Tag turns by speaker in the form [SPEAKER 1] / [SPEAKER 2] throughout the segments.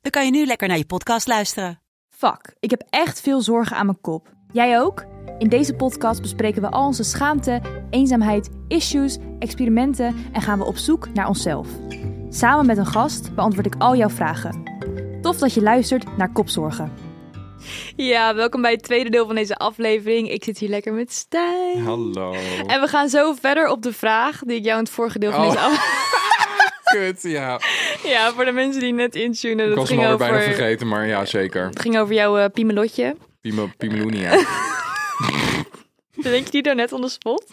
[SPEAKER 1] dan kan je nu lekker naar je podcast luisteren.
[SPEAKER 2] Fuck, ik heb echt veel zorgen aan mijn kop. Jij ook? In deze podcast bespreken we al onze schaamte, eenzaamheid, issues, experimenten en gaan we op zoek naar onszelf. Samen met een gast beantwoord ik al jouw vragen. Tof dat je luistert naar Kopzorgen. Ja, welkom bij het tweede deel van deze aflevering. Ik zit hier lekker met Stijn.
[SPEAKER 3] Hallo.
[SPEAKER 2] En we gaan zo verder op de vraag die ik jou in het vorige deel van
[SPEAKER 3] Oh.
[SPEAKER 2] deze aflevering...
[SPEAKER 3] Kut, ja.
[SPEAKER 2] Ja, voor de mensen die net intunen.
[SPEAKER 3] Ik
[SPEAKER 2] Dat
[SPEAKER 3] was hem
[SPEAKER 2] ging
[SPEAKER 3] alweer
[SPEAKER 2] over...
[SPEAKER 3] bijna vergeten, maar ja, zeker.
[SPEAKER 2] Het ging over jouw eh, piemelotje.
[SPEAKER 3] Pima- Pimeloenia.
[SPEAKER 2] Denk je die daar net on the spot?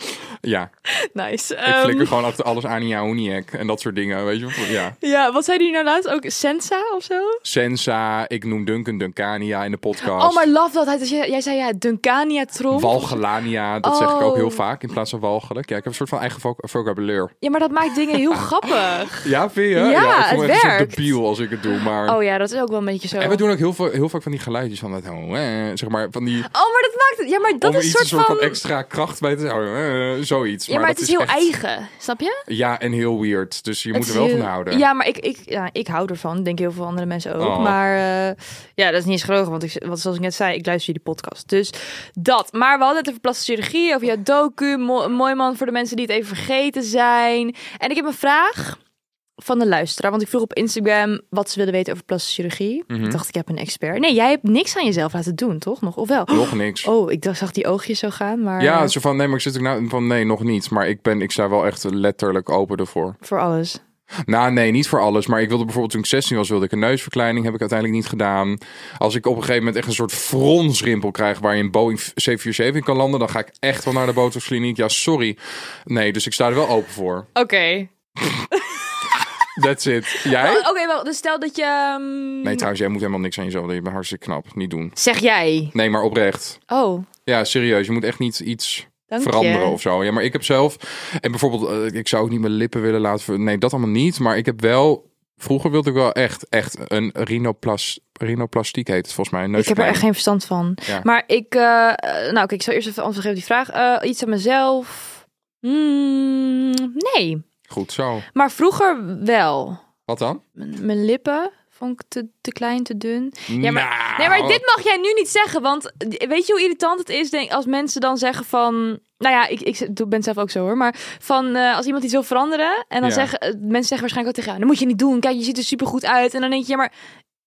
[SPEAKER 3] Ja,
[SPEAKER 2] Nice.
[SPEAKER 3] ik
[SPEAKER 2] Ehm,
[SPEAKER 3] flikker gewoon achter alles aan in jouw honiek en dat soort dingen, weet je wel. Ja.
[SPEAKER 2] Ja, wat zei die nou laatst? Ook Sensa of zo?
[SPEAKER 3] Sensa, ik noem Duncan Duncania in de podcast.
[SPEAKER 2] Oh, maar love dat. Hij, dus jij, jij zei ja, Duncania Tron.
[SPEAKER 3] Walgelania, dat zeg ik ook
[SPEAKER 2] Oh.
[SPEAKER 3] heel vaak in plaats van walgelijk. Ja, ik heb een soort van eigen voc- vocabulaire.
[SPEAKER 2] Ja, maar dat maakt dingen heel grappig.
[SPEAKER 3] Ja, vind je?
[SPEAKER 2] Ja,
[SPEAKER 3] ik voel
[SPEAKER 2] het
[SPEAKER 3] me echt een soort
[SPEAKER 2] werkt.
[SPEAKER 3] debiel als ik het doe, maar...
[SPEAKER 2] Oh ja, dat is ook wel een beetje zo.
[SPEAKER 3] En we doen ook heel, veel, heel vaak van die geluidjes van dat... oh, eh, Zeg maar, van die...
[SPEAKER 2] Oh, maar dat maakt het. Ja, maar dat
[SPEAKER 3] om er
[SPEAKER 2] is
[SPEAKER 3] iets
[SPEAKER 2] een soort van.
[SPEAKER 3] extra kracht bij te houden. eh, zoiets.
[SPEAKER 2] Ja, maar het
[SPEAKER 3] dat
[SPEAKER 2] is heel
[SPEAKER 3] echt-
[SPEAKER 2] eigen, snap je?
[SPEAKER 3] Ja, en heel weird. Dus je
[SPEAKER 2] Het
[SPEAKER 3] moet er
[SPEAKER 2] is
[SPEAKER 3] wel
[SPEAKER 2] heel-
[SPEAKER 3] van houden.
[SPEAKER 2] Ja, maar ik, ik, ja, ik hou ervan. Ik Denk heel veel andere mensen ook.
[SPEAKER 3] Oh.
[SPEAKER 2] Maar eh, ja, dat is niet eens gelogen. Want ik, want zoals ik net zei, ik luister die podcast. Dus dat. Maar we hadden het over plastische chirurgie, over jouw docu. Mo- mooi man voor de mensen die het even vergeten zijn. En ik heb een vraag van de luisteraar. Want ik vroeg op Instagram wat ze wilden weten over plastische chirurgie.
[SPEAKER 3] Mhm.
[SPEAKER 2] Ik dacht, ik heb een expert. Nee, jij hebt niks aan jezelf laten doen, toch? Nog, of wel?
[SPEAKER 3] Nog niks.
[SPEAKER 2] Oh, ik dacht, zag die oogjes zo gaan. Maar eh,
[SPEAKER 3] Ja, zo van nee, maar ik zit ook nou van nee, nog niet. Maar ik ben, ik sta wel echt letterlijk open ervoor.
[SPEAKER 2] voor alles.
[SPEAKER 3] Nou, nee, niet voor alles. Maar ik wilde bijvoorbeeld toen ik 16 was, wilde ik een neusverkleining. Heb ik uiteindelijk niet gedaan. Als ik op een gegeven moment echt een soort fronsrimpel krijg waar je een Boeing 747 in kan landen, dan ga ik echt wel naar de botoxkliniek. Ja, sorry. Nee, dus ik sta er wel open voor.
[SPEAKER 2] Oké.
[SPEAKER 3] That's it. Jij?
[SPEAKER 2] Oké, wel, dus stel dat je... ehm,
[SPEAKER 3] Nee, trouwens, jij moet helemaal niks aan jezelf doen. Je bent hartstikke knap. Niet doen.
[SPEAKER 2] Zeg jij.
[SPEAKER 3] Nee, maar oprecht.
[SPEAKER 2] Oh,
[SPEAKER 3] Ja, serieus. Je moet echt niet iets
[SPEAKER 2] dank
[SPEAKER 3] veranderen
[SPEAKER 2] je.
[SPEAKER 3] of zo. Ja, maar ik heb zelf. En bijvoorbeeld, eh, ik zou ook niet mijn lippen willen laten. ver- Nee, dat allemaal niet. Maar ik heb wel. Vroeger wilde ik wel echt, echt een rhinoplas, rhinoplastiek heet het volgens mij. Een
[SPEAKER 2] Ik heb er echt geen
[SPEAKER 3] neusplein.
[SPEAKER 2] verstand van.
[SPEAKER 3] Ja.
[SPEAKER 2] Maar ik... eh, eh, nou, oké, ik zal eerst even antwoord geven op die vraag. Eh, iets aan mezelf... Hmm, nee.
[SPEAKER 3] Goed zo.
[SPEAKER 2] Maar vroeger wel.
[SPEAKER 3] Wat dan?
[SPEAKER 2] M- mijn lippen vond ik te, te klein, te dun. Ja, maar,
[SPEAKER 3] Nou.
[SPEAKER 2] nee, maar dit mag jij nu niet zeggen. Want eh, weet je hoe irritant het is denk, als mensen dan zeggen van... Nou ja, ik, ik doe- ben zelf ook zo hoor. Maar van eh, als iemand iets wil veranderen. En dan
[SPEAKER 3] Ja.
[SPEAKER 2] zeggen eh, mensen zeggen waarschijnlijk ook tegen jou. Dat moet je niet doen. Kijk, je ziet er super goed uit. En dan denk je, ja, maar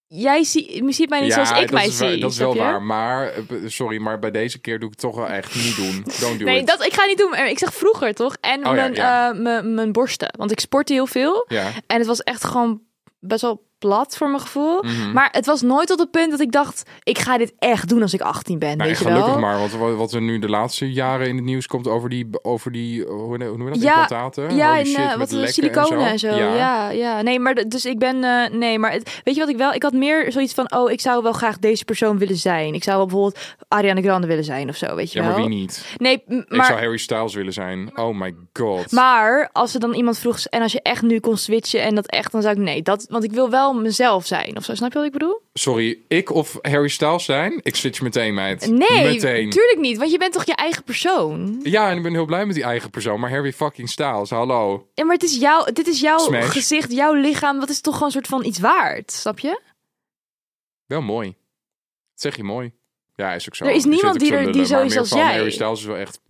[SPEAKER 2] jij zie, ziet mij niet
[SPEAKER 3] Ja,
[SPEAKER 2] zoals ik
[SPEAKER 3] dat
[SPEAKER 2] mij
[SPEAKER 3] is, wel-
[SPEAKER 2] zie.
[SPEAKER 3] Dat is
[SPEAKER 2] snap
[SPEAKER 3] wel
[SPEAKER 2] je?
[SPEAKER 3] waar. Maar, eh, b- sorry, maar bij deze keer doe ik het toch wel echt niet doen. Don't do
[SPEAKER 2] Nee,
[SPEAKER 3] it.
[SPEAKER 2] dat, ik ga niet doen. maar Ik zeg vroeger toch? En
[SPEAKER 3] Oh ja,
[SPEAKER 2] mijn,
[SPEAKER 3] ja.
[SPEAKER 2] eh, mijn, mijn borsten. Want ik sportte heel veel.
[SPEAKER 3] Ja.
[SPEAKER 2] En het was echt gewoon best wel plat voor mijn gevoel.
[SPEAKER 3] Mhm.
[SPEAKER 2] Maar het was nooit tot het punt dat ik dacht... ik ga dit echt doen als ik 18 ben,
[SPEAKER 3] Nou,
[SPEAKER 2] weet je
[SPEAKER 3] gelukkig
[SPEAKER 2] wel?
[SPEAKER 3] maar, want wat- wat er nu de laatste jaren in het nieuws komt over die, over die hoe hoe noem je dat,
[SPEAKER 2] Ja,
[SPEAKER 3] implantaten?
[SPEAKER 2] Ja,
[SPEAKER 3] Holy
[SPEAKER 2] en
[SPEAKER 3] shit,
[SPEAKER 2] eh,
[SPEAKER 3] met
[SPEAKER 2] wat
[SPEAKER 3] lekken
[SPEAKER 2] siliconen en zo. Ja. ja, Nee, maar d- dus ik ben... eh, nee, maar het- weet je wat ik wel... Ik had meer zoiets van... oh, ik zou wel graag deze persoon willen zijn. Ik zou wel bijvoorbeeld Ariana Grande willen zijn of zo, weet je
[SPEAKER 3] Ja,
[SPEAKER 2] wel?
[SPEAKER 3] maar wie niet?
[SPEAKER 2] Nee, m-
[SPEAKER 3] Ik
[SPEAKER 2] maar...
[SPEAKER 3] zou Harry Styles willen zijn. Oh my god.
[SPEAKER 2] Maar als er dan iemand vroeg, en als je echt nu kon switchen en dat echt, dan zou ik nee, dat, want ik wil wel mezelf zijn of zo. Snap je wat ik bedoel?
[SPEAKER 3] Sorry, ik of Harry Styles zijn? Ik switch meteen, meid.
[SPEAKER 2] Nee,
[SPEAKER 3] Meteen.
[SPEAKER 2] tuurlijk niet, want je bent toch je eigen persoon.
[SPEAKER 3] Ja, en ik ben heel blij met die eigen persoon. Maar Harry fucking Styles, hallo.
[SPEAKER 2] Ja, maar het is jouw, dit is jouw
[SPEAKER 3] Smash.
[SPEAKER 2] gezicht, jouw lichaam, dat is toch gewoon een soort van iets waard, snap je?
[SPEAKER 3] Wel mooi. Dat zeg je mooi. Ja, is ook zo.
[SPEAKER 2] Er is
[SPEAKER 3] Ik zit
[SPEAKER 2] niemand
[SPEAKER 3] ook
[SPEAKER 2] die
[SPEAKER 3] te
[SPEAKER 2] er- die
[SPEAKER 3] lullen,
[SPEAKER 2] zo
[SPEAKER 3] maar
[SPEAKER 2] is
[SPEAKER 3] meer
[SPEAKER 2] als
[SPEAKER 3] van
[SPEAKER 2] jij.
[SPEAKER 3] Harry Styles is wel echt...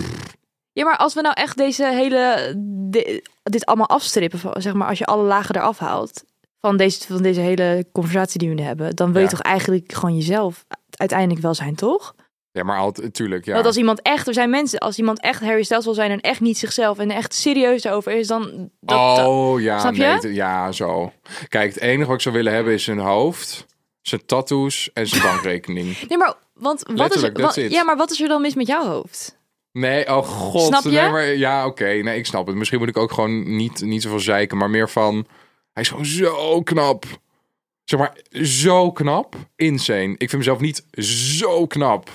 [SPEAKER 2] Ja, maar als we nou echt deze hele, di- dit allemaal afstrippen, van- zeg maar, als je alle lagen eraf haalt van deze, van deze hele conversatie die we nu hebben, dan wil je
[SPEAKER 3] Ja.
[SPEAKER 2] toch eigenlijk gewoon jezelf uiteindelijk wel zijn, toch?
[SPEAKER 3] Ja, maar altijd, tuurlijk, ja.
[SPEAKER 2] Want als iemand echt, er zijn mensen, als iemand echt Harry Styles wil zijn en echt niet zichzelf en echt serieus daarover is, dan. Dat,
[SPEAKER 3] oh ja,
[SPEAKER 2] Snap je?
[SPEAKER 3] nee, t- ja, zo. Kijk, het enige wat ik zou willen hebben is zijn hoofd, zijn tattoos en zijn bankrekening.
[SPEAKER 2] Nee, maar want wat is,
[SPEAKER 3] Letterlijk,
[SPEAKER 2] er,
[SPEAKER 3] that's
[SPEAKER 2] wat,
[SPEAKER 3] it.
[SPEAKER 2] ja, maar wat is er dan mis met jouw hoofd?
[SPEAKER 3] Nee, oh god.
[SPEAKER 2] Snap je?
[SPEAKER 3] Nee, maar, ja, oké. Nee, ik snap het. Misschien moet ik ook gewoon niet, niet zoveel zeiken, maar meer van... Hij is gewoon zo knap. zeg maar, zo knap. Insane. Ik vind mezelf niet zo knap.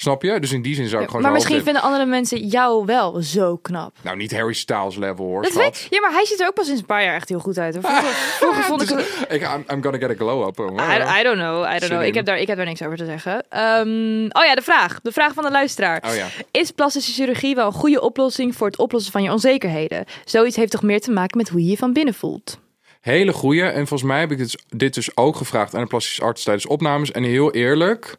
[SPEAKER 3] Snap je? Dus in die zin zou ik gewoon
[SPEAKER 2] maar
[SPEAKER 3] zo
[SPEAKER 2] misschien
[SPEAKER 3] hoofd-
[SPEAKER 2] vinden andere mensen jou wel zo knap.
[SPEAKER 3] Nou, niet Harry Styles level hoor,
[SPEAKER 2] Dat
[SPEAKER 3] schat.
[SPEAKER 2] weet, ja, maar hij ziet er ook pas sinds een paar jaar echt heel goed uit. Hoor. Vroeger, vroeger vond ik het...
[SPEAKER 3] Ik, I'm, I'm gonna get a glow up. hoor.
[SPEAKER 2] I, I don't know, I don't
[SPEAKER 3] Zin
[SPEAKER 2] know. Ik
[SPEAKER 3] in.
[SPEAKER 2] heb, daar, ik heb daar niks over te zeggen. Ehm, oh ja, de vraag. De vraag van de luisteraar.
[SPEAKER 3] Oh ja.
[SPEAKER 2] Is plastische chirurgie wel een goede oplossing voor het oplossen van je onzekerheden? Zoiets heeft toch meer te maken met hoe je je van binnen voelt?
[SPEAKER 3] Hele goeie. En volgens mij heb ik dit, dit dus ook gevraagd aan een plastisch arts tijdens opnames. En heel eerlijk,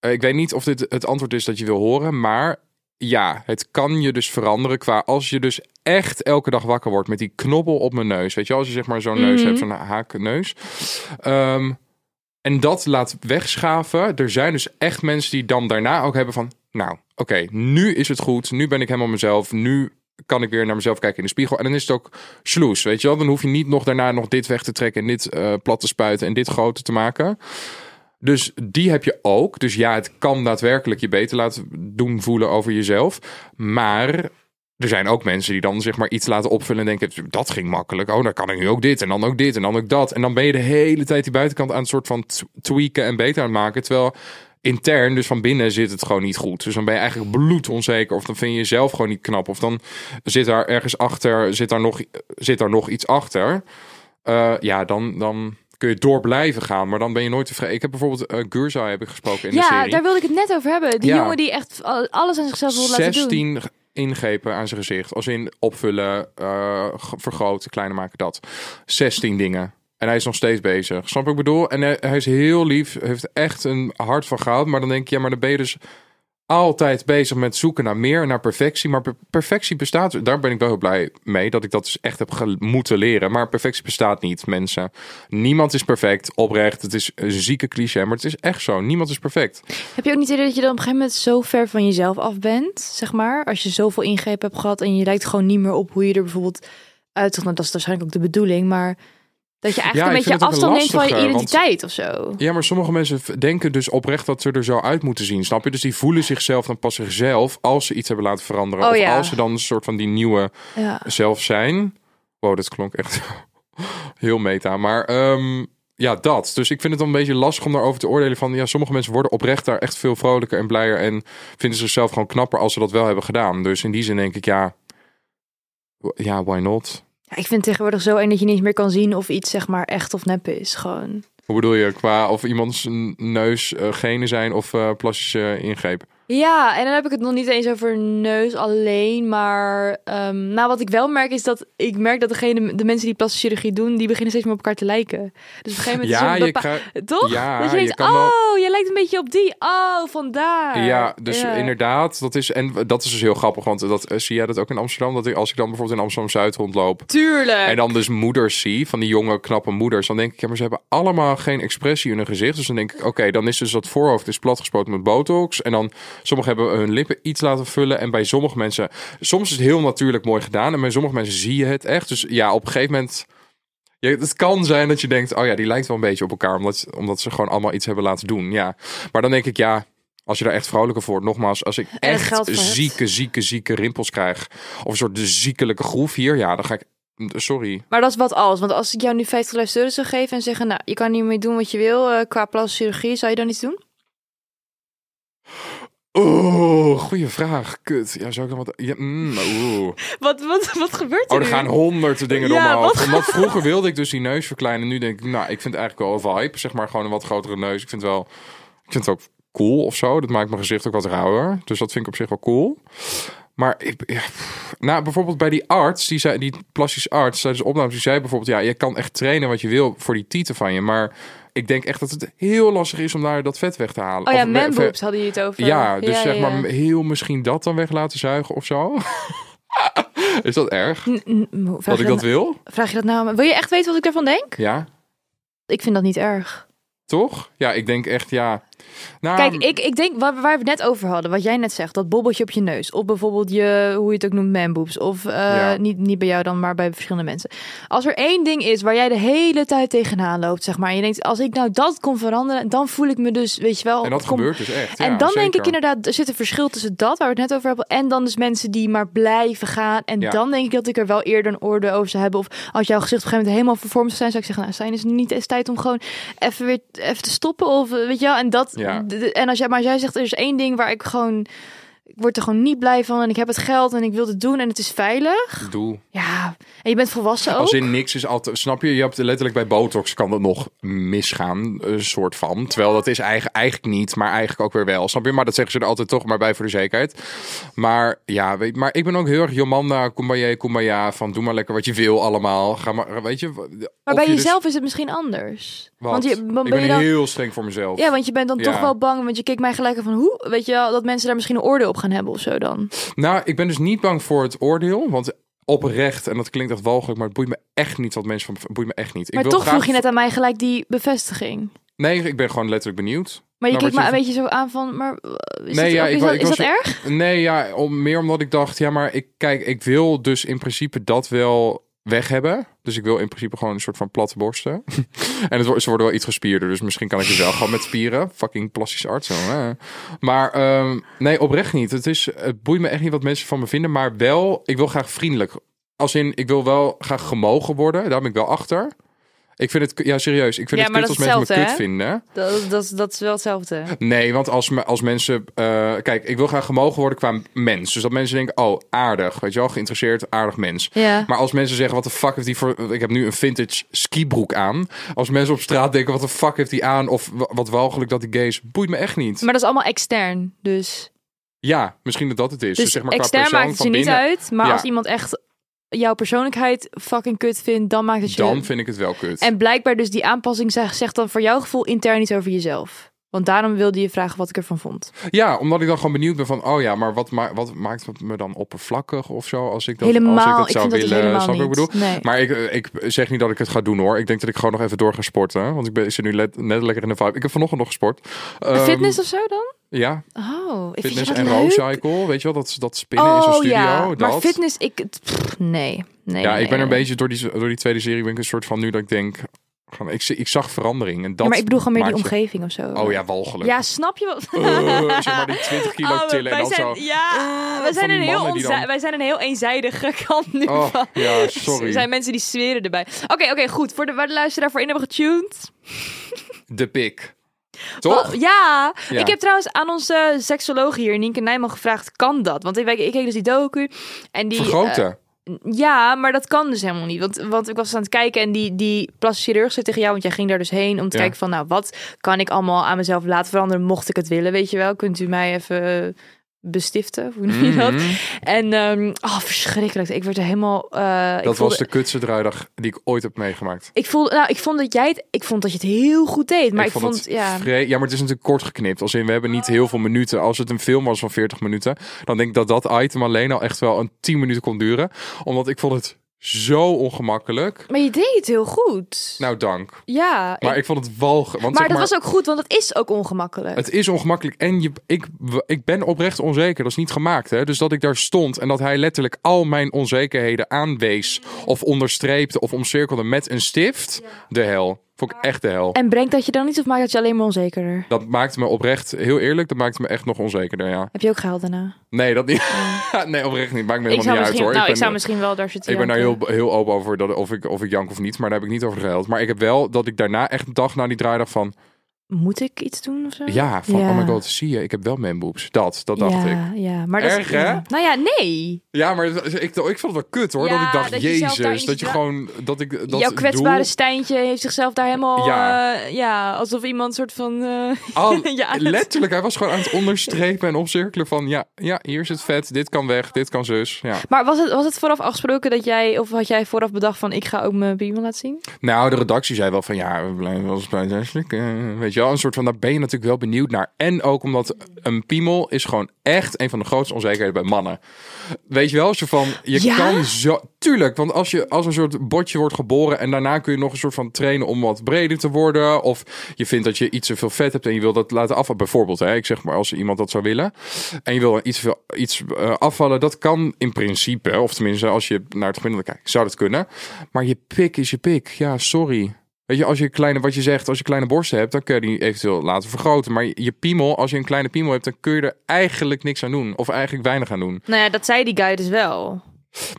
[SPEAKER 3] eh, ik weet niet of dit het antwoord is dat je wil horen, maar ja, het kan je dus veranderen qua als je dus echt elke dag wakker wordt met die knobbel op mijn neus. Weet je, wel, als je zeg maar zo'n neus hebt, zo'n haakneus. Ehm, en dat laat wegschaven. Er zijn dus echt mensen die dan daarna ook hebben van, nou, oké, nu is het goed. Nu ben ik helemaal mezelf. Nu kan ik weer naar mezelf kijken in de spiegel. En dan is het ook sloes, weet je wel. Dan hoef je niet nog daarna nog dit weg te trekken en dit eh, plat te spuiten en dit groter te maken. Dus die heb je ook. Dus ja, het kan daadwerkelijk je beter laten doen voelen over jezelf. Maar er zijn ook mensen die dan zeg maar iets laten opvullen en denken... dat ging makkelijk. Oh, dan kan ik nu ook dit en dan ook dit en dan ook dat. En dan ben je de hele tijd die buitenkant aan het soort van t- tweaken en beter aan het maken. Terwijl intern, dus van binnen, zit het gewoon niet goed. Dus dan ben je eigenlijk bloedonzeker. Of dan vind je jezelf gewoon niet knap. Of dan zit daar ergens achter, zit daar nog, zit daar nog iets achter... Eh, ja, dan, dan kun je door blijven gaan. Maar dan ben je nooit tevreden. Ik heb bijvoorbeeld eh Gurzai heb ik gesproken in de
[SPEAKER 2] ja,
[SPEAKER 3] serie.
[SPEAKER 2] daar wilde ik het net over hebben. Die
[SPEAKER 3] Ja.
[SPEAKER 2] jongen die echt al- alles aan zichzelf wil laten doen.
[SPEAKER 3] 16 ingrepen aan zijn gezicht. Als in opvullen, eh, ge- vergroten, kleiner maken, dat. 16 dingen. En hij is nog steeds bezig. Snap wat ik bedoel? En hij, hij is heel lief. Heeft echt een hart van goud. Maar dan denk je, ja, maar dan ben je dus altijd bezig met zoeken naar meer en naar perfectie. Maar per- perfectie bestaat. Daar ben ik wel heel blij mee dat ik dat dus echt heb gel- moeten leren. Maar perfectie bestaat niet, mensen. Niemand is perfect, oprecht. Het is een zieke cliché, maar het is echt zo. Niemand is perfect.
[SPEAKER 2] Heb je ook niet het idee dat je dan op een gegeven moment zo ver van jezelf af bent, zeg maar? Als je zoveel ingrepen hebt gehad en je lijkt gewoon niet meer op hoe je er bijvoorbeeld uit zag. Nou, dat is waarschijnlijk ook de bedoeling, maar dat je
[SPEAKER 3] Ja,
[SPEAKER 2] eigenlijk
[SPEAKER 3] ik
[SPEAKER 2] een
[SPEAKER 3] vind
[SPEAKER 2] beetje
[SPEAKER 3] het ook
[SPEAKER 2] afstand neemt van je
[SPEAKER 3] lastiger, want-
[SPEAKER 2] identiteit of zo.
[SPEAKER 3] Ja, maar sommige mensen v- denken dus oprecht dat ze er zo uit moeten zien, snap je? Dus die voelen zichzelf dan pas zichzelf als ze iets hebben laten veranderen.
[SPEAKER 2] Oh
[SPEAKER 3] of
[SPEAKER 2] ja.
[SPEAKER 3] als ze dan een soort van die nieuwe
[SPEAKER 2] Ja.
[SPEAKER 3] zelf zijn. Wow, dat klonk echt heel meta. Maar ehm, ja, dat. Dus ik vind het dan een beetje lastig om daarover te oordelen van... Ja, sommige mensen worden oprecht daar echt veel vrolijker en blijer... en vinden zichzelf gewoon knapper als ze dat wel hebben gedaan. Dus in die zin denk ik, ja... w- Ja, why not?
[SPEAKER 2] Ja, ik vind het tegenwoordig zo eng dat je niet eens meer kan zien of iets zeg maar echt of nep is. Gewoon.
[SPEAKER 3] Hoe bedoel je? Qua of iemands n- neus eh, genen zijn of eh plastische ingrepen?
[SPEAKER 2] Ja, en dan heb ik het nog niet eens over neus alleen, maar ehm, nou wat ik wel merk is dat ik merk dat degene, de mensen die plastische chirurgie doen, die beginnen steeds meer op elkaar te lijken. Dus op een gegeven moment is er
[SPEAKER 3] Ja,
[SPEAKER 2] een
[SPEAKER 3] je
[SPEAKER 2] bepa-
[SPEAKER 3] krijgt...
[SPEAKER 2] Toch?
[SPEAKER 3] Ja,
[SPEAKER 2] dat je denkt,
[SPEAKER 3] je kan wel-
[SPEAKER 2] oh, jij lijkt een beetje op die. Oh, vandaar.
[SPEAKER 3] Ja, dus
[SPEAKER 2] Ja.
[SPEAKER 3] inderdaad, dat is, en dat is dus heel grappig, want dat, eh, zie jij dat ook in Amsterdam? Dat ik, als ik dan bijvoorbeeld in Amsterdam-Zuid rondloop
[SPEAKER 2] Tuurlijk.
[SPEAKER 3] en dan dus moeders zie, van die jonge, knappe moeders, dan denk ik, ja, maar ze hebben allemaal geen expressie in hun gezicht. Dus dan denk ik, oké, dan is dus dat voorhoofd is platgespoten met botox. En dan, sommigen hebben hun lippen iets laten vullen. En bij sommige mensen, soms is het heel natuurlijk mooi gedaan. En bij sommige mensen zie je het echt. Dus ja, op een gegeven moment... Ja, het kan zijn dat je denkt, oh ja, die lijkt wel een beetje op elkaar, omdat, omdat ze gewoon allemaal iets hebben laten doen. Ja. Maar dan denk ik, ja, als je daar echt vrolijker voor wordt, nogmaals, als ik
[SPEAKER 2] dat
[SPEAKER 3] echt
[SPEAKER 2] geldt voor het.
[SPEAKER 3] zieke, zieke, zieke rimpels krijg, of een soort ziekelijke groef hier, ja, dan ga ik, sorry.
[SPEAKER 2] Maar dat is wat alles. Want als ik jou nu 50.000 euro zou geven en zeggen, nou, je kan niet meer doen wat je wil eh, qua plastische chirurgie, zou je dan iets doen?
[SPEAKER 3] Oeh, goede Oh, vraag, kut. Ja, zou ik dan wat... Ja, mm, oeh.
[SPEAKER 2] Wat, wat, wat gebeurt er
[SPEAKER 3] Oh, er
[SPEAKER 2] nu?
[SPEAKER 3] gaan honderden dingen door
[SPEAKER 2] Ja,
[SPEAKER 3] mijn hoofd.
[SPEAKER 2] wat-
[SPEAKER 3] Omdat vroeger wilde ik dus die neus verkleinen. Nu denk ik, nou, ik vind het eigenlijk wel een vibe. Zeg maar gewoon een wat grotere neus. Ik vind het wel, ik vind het ook cool of zo. Dat maakt mijn gezicht ook wat rauwer. Dus dat vind ik op zich wel cool. Maar ik, ja, pff. nou, bijvoorbeeld bij die arts, die, zei, die plastisch arts tijdens de opnames, die zei bijvoorbeeld, ja, je kan echt trainen wat je wil voor die tieten van je. Maar ik denk echt dat het heel lastig is om daar dat vet weg te halen.
[SPEAKER 2] Oh ja,
[SPEAKER 3] Of we- ver-
[SPEAKER 2] manboobs hadden jullie het over.
[SPEAKER 3] ja, dus zeg
[SPEAKER 2] ja.
[SPEAKER 3] maar heel misschien dat dan weg laten zuigen of zo. is dat erg?
[SPEAKER 2] N- n- hoe- Vraag,
[SPEAKER 3] Dat
[SPEAKER 2] je
[SPEAKER 3] ik
[SPEAKER 2] dat
[SPEAKER 3] dat wil?
[SPEAKER 2] na- vraag je dat nou? Wil je echt weten wat ik daarvan denk?
[SPEAKER 3] Ja,
[SPEAKER 2] Ik vind dat niet erg.
[SPEAKER 3] toch? Ja, ik denk echt, ja. Nou,
[SPEAKER 2] Kijk, ik, ik denk waar, waar we het net over hadden, wat jij net zegt, dat bobbeltje op je neus. Of bijvoorbeeld je, hoe je het ook noemt, manboobs. Of eh,
[SPEAKER 3] Ja.
[SPEAKER 2] niet, niet bij jou dan, maar bij verschillende mensen. Als er één ding is waar jij de hele tijd tegenaan loopt, zeg maar. En je denkt, als ik nou dat kon veranderen, dan voel ik me dus, weet je wel.
[SPEAKER 3] en dat
[SPEAKER 2] kom-
[SPEAKER 3] gebeurt dus echt.
[SPEAKER 2] En
[SPEAKER 3] ja,
[SPEAKER 2] dan denk ik
[SPEAKER 3] zeker.
[SPEAKER 2] inderdaad, er zit een verschil tussen dat waar we het net over hebben. En dan dus mensen die maar blijven gaan. En
[SPEAKER 3] Ja.
[SPEAKER 2] dan denk ik dat ik er wel eerder een oordeel over zou hebben. Of als jouw gezicht op een gegeven moment helemaal vervormd zou zijn, zou ik zeggen, nou, zijn is het niet eens tijd om gewoon even weer even te stoppen. Of eh, weet je wel. En dat.
[SPEAKER 3] Ja.
[SPEAKER 2] d- d- En als jij, maar als jij zegt, er is één ding waar ik gewoon. Ik word er gewoon niet blij van. En ik heb het geld en ik wil het doen en het is veilig.
[SPEAKER 3] Doel.
[SPEAKER 2] Ja. En je bent volwassen ook.
[SPEAKER 3] Als in niks is altijd, snap je? Je hebt letterlijk bij botox kan dat nog misgaan, een soort van. Terwijl dat is eigenlijk, eigenlijk niet, maar eigenlijk ook weer wel, snap je? Maar dat zeggen ze er altijd toch maar bij voor de zekerheid. Maar ja, weet, maar ik ben ook heel erg Jomanda, kumbaya, kumbaya, van doe maar lekker wat je wil allemaal. Ga maar, weet je?
[SPEAKER 2] maar bij
[SPEAKER 3] of je dus-
[SPEAKER 2] jezelf is het misschien anders.
[SPEAKER 3] wat?
[SPEAKER 2] Want je,
[SPEAKER 3] ik
[SPEAKER 2] dan
[SPEAKER 3] ben,
[SPEAKER 2] ben je dan,
[SPEAKER 3] heel streng voor mezelf.
[SPEAKER 2] Ja, want je bent dan
[SPEAKER 3] Ja.
[SPEAKER 2] toch wel bang, want je kijkt mij gelijk aan van hoe, weet je wel, dat mensen daar misschien een oordeel op gaan hebben of zo dan.
[SPEAKER 3] Nou, ik ben dus niet bang voor het oordeel, want oprecht, en dat klinkt echt walgelijk, maar het boeit me echt niet wat mensen van, het boeit me echt niet.
[SPEAKER 2] maar
[SPEAKER 3] ik wil
[SPEAKER 2] toch
[SPEAKER 3] graag,
[SPEAKER 2] vroeg je net aan mij gelijk die bevestiging.
[SPEAKER 3] Nee, ik ben gewoon letterlijk benieuwd.
[SPEAKER 2] Maar je
[SPEAKER 3] Nou,
[SPEAKER 2] keek me
[SPEAKER 3] wat
[SPEAKER 2] een
[SPEAKER 3] je-
[SPEAKER 2] beetje zo aan van, maar eh, is,
[SPEAKER 3] Nee,
[SPEAKER 2] dat,
[SPEAKER 3] ja,
[SPEAKER 2] ook- is
[SPEAKER 3] ik wa-
[SPEAKER 2] dat,
[SPEAKER 3] ik
[SPEAKER 2] is
[SPEAKER 3] was
[SPEAKER 2] dat
[SPEAKER 3] zo-
[SPEAKER 2] erg?
[SPEAKER 3] Nee, ja, om, meer omdat ik dacht, ja, maar ik kijk, ik wil dus in principe dat wel weg hebben. Dus ik wil in principe gewoon een soort van platte borsten. en het, wordt- ze worden wel iets gespierder, dus misschien kan ik het wel gewoon met spieren. Fucking plastisch arts. zo, hè. Maar ehm, nee, oprecht niet. Het, is, het boeit me echt niet wat mensen van me vinden, maar wel, ik wil graag vriendelijk. Als in, ik wil wel graag gemogen worden. Daar ben ik wel achter. Ik vind het, ja, serieus. Ik vind
[SPEAKER 2] Ja,
[SPEAKER 3] het
[SPEAKER 2] maar
[SPEAKER 3] kut als
[SPEAKER 2] dat is
[SPEAKER 3] mensen me kut
[SPEAKER 2] hetzelfde,
[SPEAKER 3] vinden.
[SPEAKER 2] Dat, dat, dat is wel hetzelfde.
[SPEAKER 3] Nee, want als, me- als mensen. eh, kijk, ik wil graag gemogen worden qua mens. Dus dat mensen denken: oh, aardig. Weet je wel, geïnteresseerd, aardig mens.
[SPEAKER 2] Ja.
[SPEAKER 3] Maar als mensen zeggen: wat de fuck heeft die voor. Ik heb nu een vintage skibroek aan. Als mensen op straat denken: wat de fuck heeft die aan? Of wa- wat walgelijk dat die gay is. Boeit me echt niet.
[SPEAKER 2] Maar dat is allemaal extern, dus.
[SPEAKER 3] Ja, misschien dat dat het is.
[SPEAKER 2] Dus
[SPEAKER 3] zeg maar, qua
[SPEAKER 2] extern
[SPEAKER 3] persoon
[SPEAKER 2] maakt het je
[SPEAKER 3] van
[SPEAKER 2] niet
[SPEAKER 3] binnen,
[SPEAKER 2] uit, maar
[SPEAKER 3] Ja.
[SPEAKER 2] als iemand echt jouw persoonlijkheid fucking kut vindt, dan maakt het je...
[SPEAKER 3] Dan vind ik het wel kut.
[SPEAKER 2] En blijkbaar dus die aanpassing zegt, zegt dan voor jouw gevoel intern iets over jezelf. Want daarom wilde je vragen wat ik ervan vond.
[SPEAKER 3] Ja, omdat ik dan gewoon benieuwd ben van, oh ja, maar wat, ma- wat maakt het me dan oppervlakkig of zo? Als ik dat, als ik
[SPEAKER 2] helemaal,
[SPEAKER 3] dat
[SPEAKER 2] ik,
[SPEAKER 3] zou
[SPEAKER 2] vind dat dus
[SPEAKER 3] willen,
[SPEAKER 2] helemaal
[SPEAKER 3] snap je
[SPEAKER 2] niet.
[SPEAKER 3] wat ik bedoel?
[SPEAKER 2] Nee.
[SPEAKER 3] Maar ik, eh, ik zeg niet dat ik het ga doen hoor. Ik denk dat ik gewoon nog even door ga sporten. Want ik, ben, ik zit nu let- net lekker in de vibe. Ik heb vanochtend nog gesport. Ehm,
[SPEAKER 2] Fitness of zo dan?
[SPEAKER 3] Ja,
[SPEAKER 2] Oh, ik vind
[SPEAKER 3] fitness
[SPEAKER 2] dat
[SPEAKER 3] en
[SPEAKER 2] leuk.
[SPEAKER 3] roadcycle. Weet je wel, dat, dat spinnen in zo'n
[SPEAKER 2] Oh
[SPEAKER 3] studio.
[SPEAKER 2] ja,
[SPEAKER 3] dat.
[SPEAKER 2] maar fitness, ik, het- pff, nee, nee.
[SPEAKER 3] ja,
[SPEAKER 2] nee,
[SPEAKER 3] ik ben er een
[SPEAKER 2] nee.
[SPEAKER 3] beetje door die, door die tweede serie ben ik een soort van nu dat ik denk... Gewoon, ik, zie- ik zag verandering. En dat
[SPEAKER 2] Ja, maar ik bedoel gewoon meer die
[SPEAKER 3] maakt je-
[SPEAKER 2] omgeving of zo.
[SPEAKER 3] Oh ja, walgelijk.
[SPEAKER 2] Ja, snap je wat?
[SPEAKER 3] Eh, zeg maar die 20 kilo
[SPEAKER 2] Oh,
[SPEAKER 3] tillen en
[SPEAKER 2] wij
[SPEAKER 3] dan
[SPEAKER 2] zijn,
[SPEAKER 3] zo... Ah,
[SPEAKER 2] Ja, wij, zijn
[SPEAKER 3] die
[SPEAKER 2] een heel
[SPEAKER 3] mannen die
[SPEAKER 2] onzi-
[SPEAKER 3] dan-
[SPEAKER 2] wij zijn een heel eenzijdige kant nu
[SPEAKER 3] Oh,
[SPEAKER 2] van.
[SPEAKER 3] ja,
[SPEAKER 2] Er
[SPEAKER 3] sorry.
[SPEAKER 2] zijn mensen die zweren erbij. Oké, oké, goed. Voor de, waar de luisteraar voor in hebben getuned.
[SPEAKER 3] De pik. Toch?
[SPEAKER 2] Wel, Ja.
[SPEAKER 3] Ja.
[SPEAKER 2] Ik heb trouwens aan onze seksoloog hier, Nienke Nijman, gevraagd... kan dat? Want ik, ik keek dus die docu en die... eh,
[SPEAKER 3] Vergroten.
[SPEAKER 2] Ja, maar dat kan dus helemaal niet. Want, want ik was aan het kijken en die, die plastisch chirurg zei tegen jou... want jij ging daar dus heen om te
[SPEAKER 3] Ja.
[SPEAKER 2] kijken van... nou, wat kan ik allemaal aan mezelf laten veranderen... mocht ik het willen, weet je wel? Kunt u mij even eh, bestiften? Hoe noem je dat?
[SPEAKER 3] Mhm.
[SPEAKER 2] En ehm, oh, verschrikkelijk. Ik werd er helemaal... eh, ik
[SPEAKER 3] Dat
[SPEAKER 2] voelde-
[SPEAKER 3] was de kutste draaidag die ik ooit heb meegemaakt.
[SPEAKER 2] Ik, voelde, nou, ik vond dat jij het... Ik vond dat je het heel goed deed. Maar ik, vond...
[SPEAKER 3] het
[SPEAKER 2] ja.
[SPEAKER 3] vre- ja, maar het is natuurlijk kort geknipt. Als in, we hebben niet heel veel minuten. Als het een film was van 40 minuten, dan denk ik dat dat item alleen al echt wel een 10 minuten kon duren. Omdat ik vond het zo ongemakkelijk.
[SPEAKER 2] Maar je deed het heel goed.
[SPEAKER 3] Nou, dank.
[SPEAKER 2] ja. ik-
[SPEAKER 3] Maar ik vond het walgen. Want
[SPEAKER 2] maar
[SPEAKER 3] zeg
[SPEAKER 2] dat
[SPEAKER 3] maar,
[SPEAKER 2] was ook goed, want dat is ook ongemakkelijk.
[SPEAKER 3] Het is ongemakkelijk. En je, ik, w- ik ben oprecht onzeker. Dat is niet gemaakt. Hè? Dus dat ik daar stond en dat hij letterlijk al mijn onzekerheden aanwees. Of onderstreepte of omcirkelde met een stift. De hel. Vond ik echt de hel.
[SPEAKER 2] En brengt dat je dan niet of maakt dat je alleen maar onzekerder?
[SPEAKER 3] Dat maakte me oprecht, heel eerlijk, dat maakte me echt nog onzekerder, ja.
[SPEAKER 2] Heb je ook gehaald daarna?
[SPEAKER 3] Nee, dat niet. nee, oprecht niet. Maakt me helemaal niet uit hoor.
[SPEAKER 2] nou, ik,
[SPEAKER 3] ben, eh,
[SPEAKER 2] zou misschien wel daar zitten.
[SPEAKER 3] ik ben daar heel,
[SPEAKER 2] janken.
[SPEAKER 3] heel open over dat, of, ik, of ik jank of niet. Maar daar heb ik niet over gehuild. Maar ik heb wel dat ik daarna echt een dag na die draaidag van...
[SPEAKER 2] Moet ik iets doen of zo?
[SPEAKER 3] Ja, van
[SPEAKER 2] Ja.
[SPEAKER 3] oh my god, zie je, ik heb wel manboobs. Dat, dat dacht ik.
[SPEAKER 2] ja, ja, maar dat is-
[SPEAKER 3] Erg, hè?
[SPEAKER 2] ja. Nou ja, nee.
[SPEAKER 3] Ja, maar dat- ik, ik vond het wel kut hoor.
[SPEAKER 2] Ja,
[SPEAKER 3] dat ik dacht,
[SPEAKER 2] dat je zelf daarin
[SPEAKER 3] jezus, dat je
[SPEAKER 2] zit.
[SPEAKER 3] gewoon... Dat ik, dat
[SPEAKER 2] Jouw kwetsbare
[SPEAKER 3] doel-
[SPEAKER 2] Stijntje heeft zichzelf daar helemaal...
[SPEAKER 3] Ja.
[SPEAKER 2] Ja, ja alsof iemand soort van... eh,
[SPEAKER 3] Al-
[SPEAKER 2] ja, het-
[SPEAKER 3] letterlijk, hij was gewoon aan het onderstrepen en omcirkelen van... Ja, ja, hier zit vet, dit kan weg, dit kan zus. Ja.
[SPEAKER 2] Maar was het, was het vooraf afgesproken dat jij... Of had jij vooraf bedacht van ik ga ook mijn piemel laten zien?
[SPEAKER 3] Nou, de redactie zei wel van ja, we blijven wel eens bij zeslijk. eh, weet je wel? Een soort van, daar ben je natuurlijk wel benieuwd naar. En ook omdat een piemel is gewoon echt een van de grootste onzekerheden bij mannen. Weet je wel, zo van, je
[SPEAKER 2] Ja?
[SPEAKER 3] kan zo... Tuurlijk, want als je als een soort botje wordt geboren... en daarna kun je nog een soort van trainen om wat breder te worden... of je vindt dat je iets te veel vet hebt en je wil dat laten afvallen. Bijvoorbeeld, hè, ik zeg maar, als iemand dat zou willen... en je wil iets, te veel, iets eh, afvallen, dat kan in principe... of tenminste, als je naar het gemiddelde kijkt, zou dat kunnen. Maar je pik is je pik. Ja, sorry. Weet je, als je kleine, wat je zegt, als je kleine borsten hebt, dan kun je die eventueel laten vergroten. Maar je- je piemel, als je een kleine piemel hebt, dan kun je er eigenlijk niks aan doen. Of eigenlijk weinig aan doen.
[SPEAKER 2] Nou ja, dat zei die guy dus wel.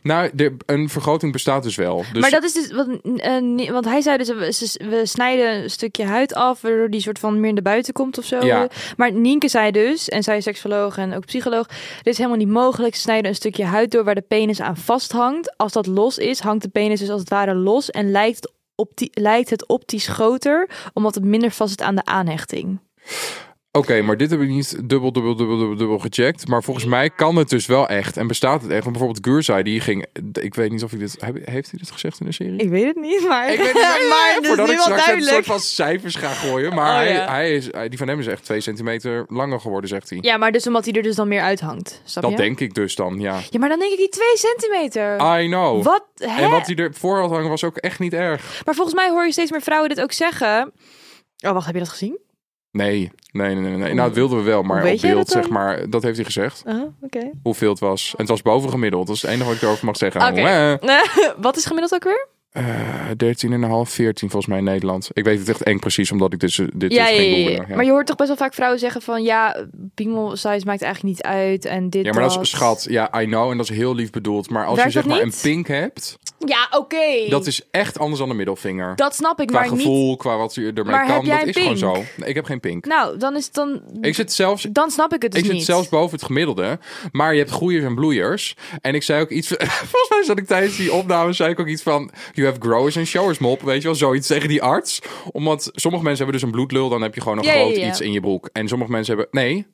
[SPEAKER 3] Nou, de, een vergroting bestaat dus wel. Dus
[SPEAKER 2] Maar dat is dus wat, eh, niet- want hij zei dus we, ze- we snijden een stukje huid af, waardoor die soort van meer naar buiten komt of zo.
[SPEAKER 3] Ja.
[SPEAKER 2] Maar Nienke zei dus, en zij is seksoloog en ook psycholoog, dit is helemaal niet mogelijk. Ze snijden een stukje huid door waar de penis aan vasthangt. Als dat los is, hangt de penis dus als het ware los en lijkt het opti- lijkt het optisch groter, omdat het minder vast zit aan de aanhechting.
[SPEAKER 3] Oké, maar dit heb ik niet dubbel, dubbel, dubbel, dubbel, dubbel gecheckt. Maar volgens mij kan het dus wel echt. En bestaat het echt. Want bijvoorbeeld Gurzai, die ging... Ik weet niet of hij dit... heb- Heeft hij dit gezegd in de serie?
[SPEAKER 2] Ik weet het niet, maar,
[SPEAKER 3] Ik weet niet, maar,
[SPEAKER 2] maar het is
[SPEAKER 3] voordat
[SPEAKER 2] nu
[SPEAKER 3] ik
[SPEAKER 2] wel
[SPEAKER 3] straks een soort
[SPEAKER 2] duidelijk.
[SPEAKER 3] van cijfers ga gooien. Maar
[SPEAKER 2] Oh,
[SPEAKER 3] hij,
[SPEAKER 2] ja.
[SPEAKER 3] hij is, hij- die van hem is echt twee centimeter langer geworden, zegt hij.
[SPEAKER 2] Ja, maar dus omdat hij er dus dan meer uithangt. Snap
[SPEAKER 3] Dat
[SPEAKER 2] je?
[SPEAKER 3] denk ik dus dan, ja.
[SPEAKER 2] Ja, maar dan denk ik die twee centimeter.
[SPEAKER 3] I know.
[SPEAKER 2] Wat? Hè?
[SPEAKER 3] En wat hij ervoor had hangen was ook echt niet erg.
[SPEAKER 2] Maar volgens mij hoor je steeds meer vrouwen dit ook zeggen. Oh, wacht, heb je dat gezien?
[SPEAKER 3] Nee, nee, nee, nee. nee. Nou, dat wilden we wel, maar
[SPEAKER 2] Oh. Hoe weet
[SPEAKER 3] op
[SPEAKER 2] jij
[SPEAKER 3] beeld,
[SPEAKER 2] dat dan?
[SPEAKER 3] zeg maar, dat heeft hij gezegd.
[SPEAKER 2] Ah, oké.
[SPEAKER 3] Hoeveel het was. En het was boven gemiddeld. Dat is het enige wat ik erover mag zeggen.
[SPEAKER 2] Oké.
[SPEAKER 3] Eh,
[SPEAKER 2] Wat is gemiddeld ook weer?
[SPEAKER 3] eh, 13,5, 14 volgens mij in Nederland. Ik weet het echt eng precies, omdat ik dit, dit
[SPEAKER 2] Ja,
[SPEAKER 3] dus
[SPEAKER 2] ja,
[SPEAKER 3] ging
[SPEAKER 2] ja, ja.
[SPEAKER 3] googlen, ja.
[SPEAKER 2] Maar je hoort toch best wel vaak vrouwen zeggen van... ja, piemel size maakt eigenlijk niet uit en dit,
[SPEAKER 3] Ja, maar dat is schat. Ja, I know. En dat is heel lief bedoeld. Maar als
[SPEAKER 2] Werkt
[SPEAKER 3] je zeg
[SPEAKER 2] dat
[SPEAKER 3] maar
[SPEAKER 2] niet?
[SPEAKER 3] een pink hebt,
[SPEAKER 2] Ja, oké.
[SPEAKER 3] dat is echt anders dan een middelvinger.
[SPEAKER 2] Dat snap ik,
[SPEAKER 3] qua
[SPEAKER 2] maar niet...
[SPEAKER 3] gevoel, qua wat je ermee
[SPEAKER 2] Maar
[SPEAKER 3] kan.
[SPEAKER 2] heb jij
[SPEAKER 3] dat is
[SPEAKER 2] een
[SPEAKER 3] gewoon
[SPEAKER 2] pink?
[SPEAKER 3] zo. Nee, ik heb geen pink.
[SPEAKER 2] Nou, dan is het dan...
[SPEAKER 3] Ik zit zelfs
[SPEAKER 2] Dan snap ik het dus
[SPEAKER 3] ik zit
[SPEAKER 2] niet.
[SPEAKER 3] zelfs boven het gemiddelde. Maar je hebt groeiers en bloeiers. En ik zei ook iets. van- Volgens mij zat ik tijdens die opname. zei ik ook iets van. You have growers and showers, mop. Weet je wel, zoiets tegen die arts. Omdat sommige mensen hebben dus een bloedlul. Dan heb je gewoon een
[SPEAKER 2] Ja, ja,
[SPEAKER 3] groot
[SPEAKER 2] ja.
[SPEAKER 3] iets in je broek. En sommige mensen hebben. Nee.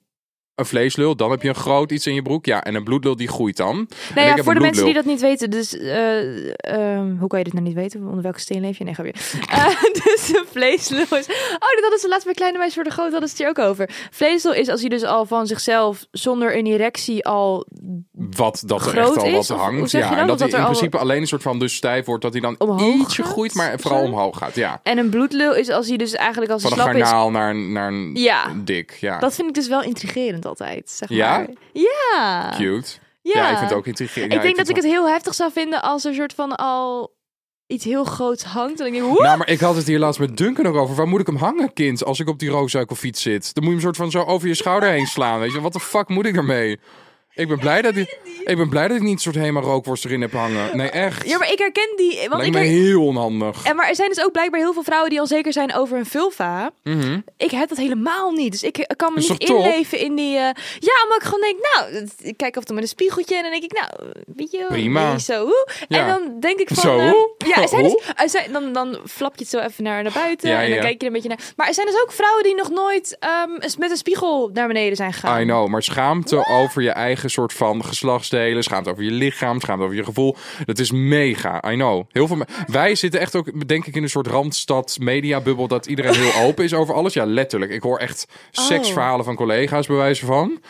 [SPEAKER 3] Een vleeslul, dan heb je een groot iets in je broek. Ja, en een bloedlul die groeit dan. en
[SPEAKER 2] Nou
[SPEAKER 3] ik
[SPEAKER 2] ja,
[SPEAKER 3] heb
[SPEAKER 2] voor
[SPEAKER 3] een
[SPEAKER 2] de mensen die
[SPEAKER 3] bloedlul.
[SPEAKER 2] dat niet weten, dus eh, ehm, hoe kan je dit nou niet weten? Onder welke steen leef je? Nee, ga weer. Eh, dus een vleeslul is. Oh, dat hadden ze laatst bij kleine meisjes voor de groot, hadden ze het hier ook over. Vleeslul is als hij dus al van zichzelf zonder een erectie al
[SPEAKER 3] Wat dat er echt
[SPEAKER 2] Groot
[SPEAKER 3] al
[SPEAKER 2] is?
[SPEAKER 3] wat
[SPEAKER 2] Of hoe
[SPEAKER 3] hangt.
[SPEAKER 2] zeg je
[SPEAKER 3] Ja,
[SPEAKER 2] dat?
[SPEAKER 3] en dat
[SPEAKER 2] Of
[SPEAKER 3] hij
[SPEAKER 2] dat
[SPEAKER 3] in
[SPEAKER 2] er al-
[SPEAKER 3] principe alleen een soort van dus stijf wordt. Dat hij dan
[SPEAKER 2] Omhoog
[SPEAKER 3] ietsje
[SPEAKER 2] gaat?
[SPEAKER 3] groeit, maar vooral
[SPEAKER 2] Zo?
[SPEAKER 3] omhoog gaat. Ja.
[SPEAKER 2] en een bloedlul is als hij dus eigenlijk als hij
[SPEAKER 3] Van een
[SPEAKER 2] slap is.
[SPEAKER 3] garnaal naar een, naar een
[SPEAKER 2] Ja.
[SPEAKER 3] dik. Ja,
[SPEAKER 2] Dat vind ik dus wel intrigerend altijd, zeg
[SPEAKER 3] Ja?
[SPEAKER 2] maar. Ja.
[SPEAKER 3] cute.
[SPEAKER 2] Ja.
[SPEAKER 3] Ja, ik vind het ook intrigerend.
[SPEAKER 2] Ik
[SPEAKER 3] Ja,
[SPEAKER 2] denk dat ik
[SPEAKER 3] vind
[SPEAKER 2] het heel heftig zou vinden als er soort van al iets heel groots hangt en ik denk,
[SPEAKER 3] wel-
[SPEAKER 2] "Woe!"
[SPEAKER 3] Nou, maar ik had het hier laatst met Duncan ook over. Waar moet ik hem hangen, kind? Als ik op die rookzuikelfiets zit. Dan moet je hem soort van zo over je schouder heen slaan. Weet je, wat de fuck moet ik ermee? Ik ben blij dat ik, ik, ben blij dat ik niet een soort helemaal rookworst erin heb hangen. Nee, echt.
[SPEAKER 2] Ja, maar ik herken die, want
[SPEAKER 3] Lijkt
[SPEAKER 2] ik
[SPEAKER 3] me
[SPEAKER 2] her-
[SPEAKER 3] heel onhandig.
[SPEAKER 2] En maar er zijn dus ook blijkbaar heel veel vrouwen die onzeker zijn over hun vulva. Ik heb dat helemaal niet. Dus ik kan me
[SPEAKER 3] Is
[SPEAKER 2] niet
[SPEAKER 3] toch top?
[SPEAKER 2] inleven in die... eh, ja, maar ik gewoon denk, nou... het- Ik kijk af en toe met een spiegeltje en dan denk ik, nou... Weet je,
[SPEAKER 3] Prima.
[SPEAKER 2] weet je, zo. hoe?
[SPEAKER 3] Ja.
[SPEAKER 2] En dan denk ik van...
[SPEAKER 3] Zo,
[SPEAKER 2] eh,
[SPEAKER 3] hoe?
[SPEAKER 2] ja, er zijn dus-
[SPEAKER 3] Hoe?
[SPEAKER 2] er zijn- dan, dan flap je het zo even naar, naar buiten
[SPEAKER 3] Ja,
[SPEAKER 2] en dan
[SPEAKER 3] ja.
[SPEAKER 2] kijk je er een beetje naar. Maar er zijn dus ook vrouwen die nog nooit ehm, eens met een spiegel naar beneden zijn gegaan.
[SPEAKER 3] I know, maar schaamte over je eigen soort van geslachtsdelen, schaamte over je lichaam, schaamte over je gevoel. Dat is mega, I know. Heel veel me- Wij zitten echt ook, denk ik, in een soort randstad mediabubbel dat iedereen heel open is over alles. Ja, letterlijk. Ik hoor echt seksverhalen van collega's bij wijze van.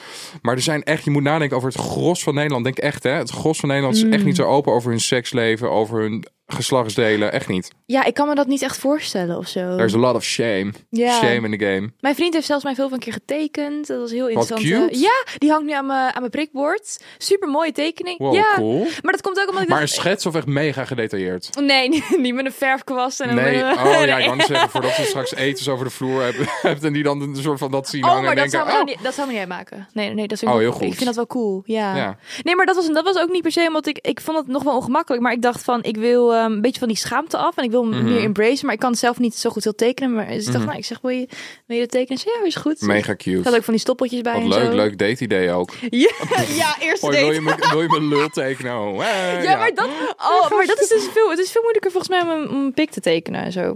[SPEAKER 3] Maar er zijn echt, je moet nadenken over het gros van Nederland. Denk echt, hè? Het gros van Nederland is echt niet zo open over hun seksleven, over hun geslachtsdelen. Echt niet.
[SPEAKER 2] Ja, ik kan me dat niet echt voorstellen of zo.
[SPEAKER 3] There's a lot of shame.
[SPEAKER 2] Ja.
[SPEAKER 3] Shame in the game.
[SPEAKER 2] Mijn vriend heeft zelfs mijn veel van een keer getekend. Dat was heel interessant.
[SPEAKER 3] cute.
[SPEAKER 2] Eh, Ja, die hangt nu aan mijn, aan mijn prikbord. Super mooie tekening.
[SPEAKER 3] Wow,
[SPEAKER 2] ja.
[SPEAKER 3] cool.
[SPEAKER 2] Maar dat komt ook omdat ik.
[SPEAKER 3] Maar een
[SPEAKER 2] dacht-
[SPEAKER 3] schets of echt mega gedetailleerd?
[SPEAKER 2] Nee, niet, niet met een verfkwast en dan
[SPEAKER 3] Nee,
[SPEAKER 2] met een.
[SPEAKER 3] oh ja, ik wou net zeggen, voordat ze straks etens over de vloer hebben, hebt en die dan een soort van dat zien
[SPEAKER 2] Oh,
[SPEAKER 3] hangen
[SPEAKER 2] maar
[SPEAKER 3] en
[SPEAKER 2] dat
[SPEAKER 3] denken,
[SPEAKER 2] zou, me nou
[SPEAKER 3] oh,
[SPEAKER 2] niet, dat zou me niet uitmaken. Nee, nee, dat vind ik,
[SPEAKER 3] Oh,
[SPEAKER 2] wel-
[SPEAKER 3] heel goed.
[SPEAKER 2] ik vind dat wel cool. Ja.
[SPEAKER 3] Ja.
[SPEAKER 2] Nee, maar dat was, dat was ook niet per se, want ik, ik vond het nog wel ongemakkelijk. Maar ik dacht van, ik wil ehm, een beetje van die schaamte af en ik wil
[SPEAKER 3] Mhm.
[SPEAKER 2] meer embracen. Maar ik kan het zelf niet zo goed heel tekenen. Maar dus ik dacht, nou, ik zeg, wil je, wil je dat tekenen? Ze zei, ja, is goed.
[SPEAKER 3] mega
[SPEAKER 2] Ik had
[SPEAKER 3] cute.
[SPEAKER 2] ook van die stoppeltjes bij
[SPEAKER 3] Wat
[SPEAKER 2] en
[SPEAKER 3] leuk,
[SPEAKER 2] zo.
[SPEAKER 3] leuk date idee ook.
[SPEAKER 2] Ja, ja eerste
[SPEAKER 3] Hoi,
[SPEAKER 2] date.
[SPEAKER 3] wil je me, wil je me lul tekenen? Oh, hè,
[SPEAKER 2] Ja, maar dat, oh, maar dat is dus veel, het is veel moeilijker volgens mij om een, om een pik te tekenen en zo.